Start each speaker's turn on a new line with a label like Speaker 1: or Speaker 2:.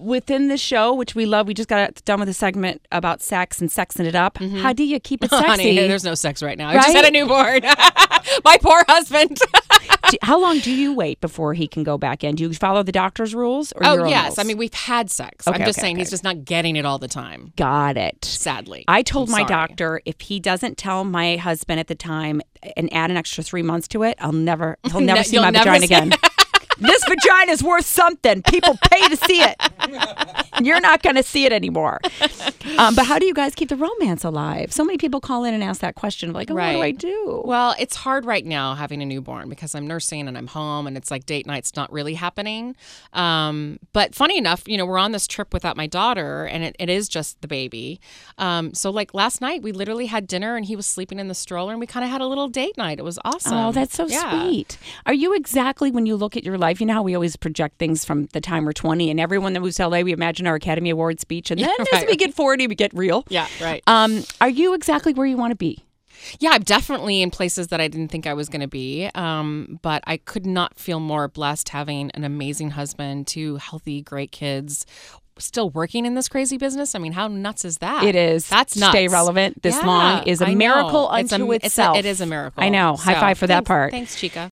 Speaker 1: within the show, which we love, we just got done with a segment about sex and sexing it up. How do you keep it sexy?
Speaker 2: Mm-hmm. Honey, there's no sex right now. I just
Speaker 1: Right?
Speaker 2: had a newborn. My poor husband.
Speaker 1: Do- How long do you wait before he can go back in? Do you follow the doctor's rules? Or your
Speaker 2: oh
Speaker 1: own
Speaker 2: yes,
Speaker 1: rules?
Speaker 2: I mean we've had sex.
Speaker 1: Okay,
Speaker 2: I'm just
Speaker 1: okay,
Speaker 2: saying
Speaker 1: okay.
Speaker 2: he's just not getting it all the time.
Speaker 1: got it.
Speaker 2: Sadly,
Speaker 1: I told
Speaker 2: I'm
Speaker 1: my
Speaker 2: sorry.
Speaker 1: doctor if he doesn't tell my husband at the time and add an extra three months to it, I'll never he'll never
Speaker 2: No,
Speaker 1: see
Speaker 2: you'll
Speaker 1: my
Speaker 2: never
Speaker 1: vagina
Speaker 2: see-
Speaker 1: again. this vagina is worth something. People pay to see it. And You're not going to see it anymore. Um, but how do you guys keep the romance alive? So many people call in and ask that question, like, oh, what do I
Speaker 2: Right.
Speaker 1: do?
Speaker 2: Well, it's hard right now having a newborn because I'm nursing and I'm home, and it's like date night's not really happening. Um, but funny enough, you know, we're on this trip without my daughter, and it, it is just the baby. Um, so like last night, we literally had dinner, and he was sleeping in the stroller, and we kind of had a little date night. It was awesome.
Speaker 1: Oh, that's so
Speaker 2: Yeah.
Speaker 1: sweet. Are you exactly when you look at your life? You know how we always project things from the time we're 20, and everyone that moves to LA, we imagine our Academy Award speech, and then as
Speaker 2: right.
Speaker 1: we get 40, we get real.
Speaker 2: Yeah, right.
Speaker 1: Um, are you exactly where you want to be?
Speaker 2: Yeah, I'm definitely in places that I didn't think I was going to be. Um, but I could not feel more blessed having an amazing husband, two healthy, great kids, still working in this crazy business. I mean, how nuts is that?
Speaker 1: It is.
Speaker 2: That's nuts.
Speaker 1: Stay relevant this
Speaker 2: Yeah,
Speaker 1: long is a
Speaker 2: I know.
Speaker 1: miracle
Speaker 2: it's
Speaker 1: unto
Speaker 2: a, it's a-
Speaker 1: itself.
Speaker 2: it is a miracle.
Speaker 1: I know. High
Speaker 2: So,
Speaker 1: five for that
Speaker 2: thanks-
Speaker 1: part.
Speaker 2: Thanks, Chica.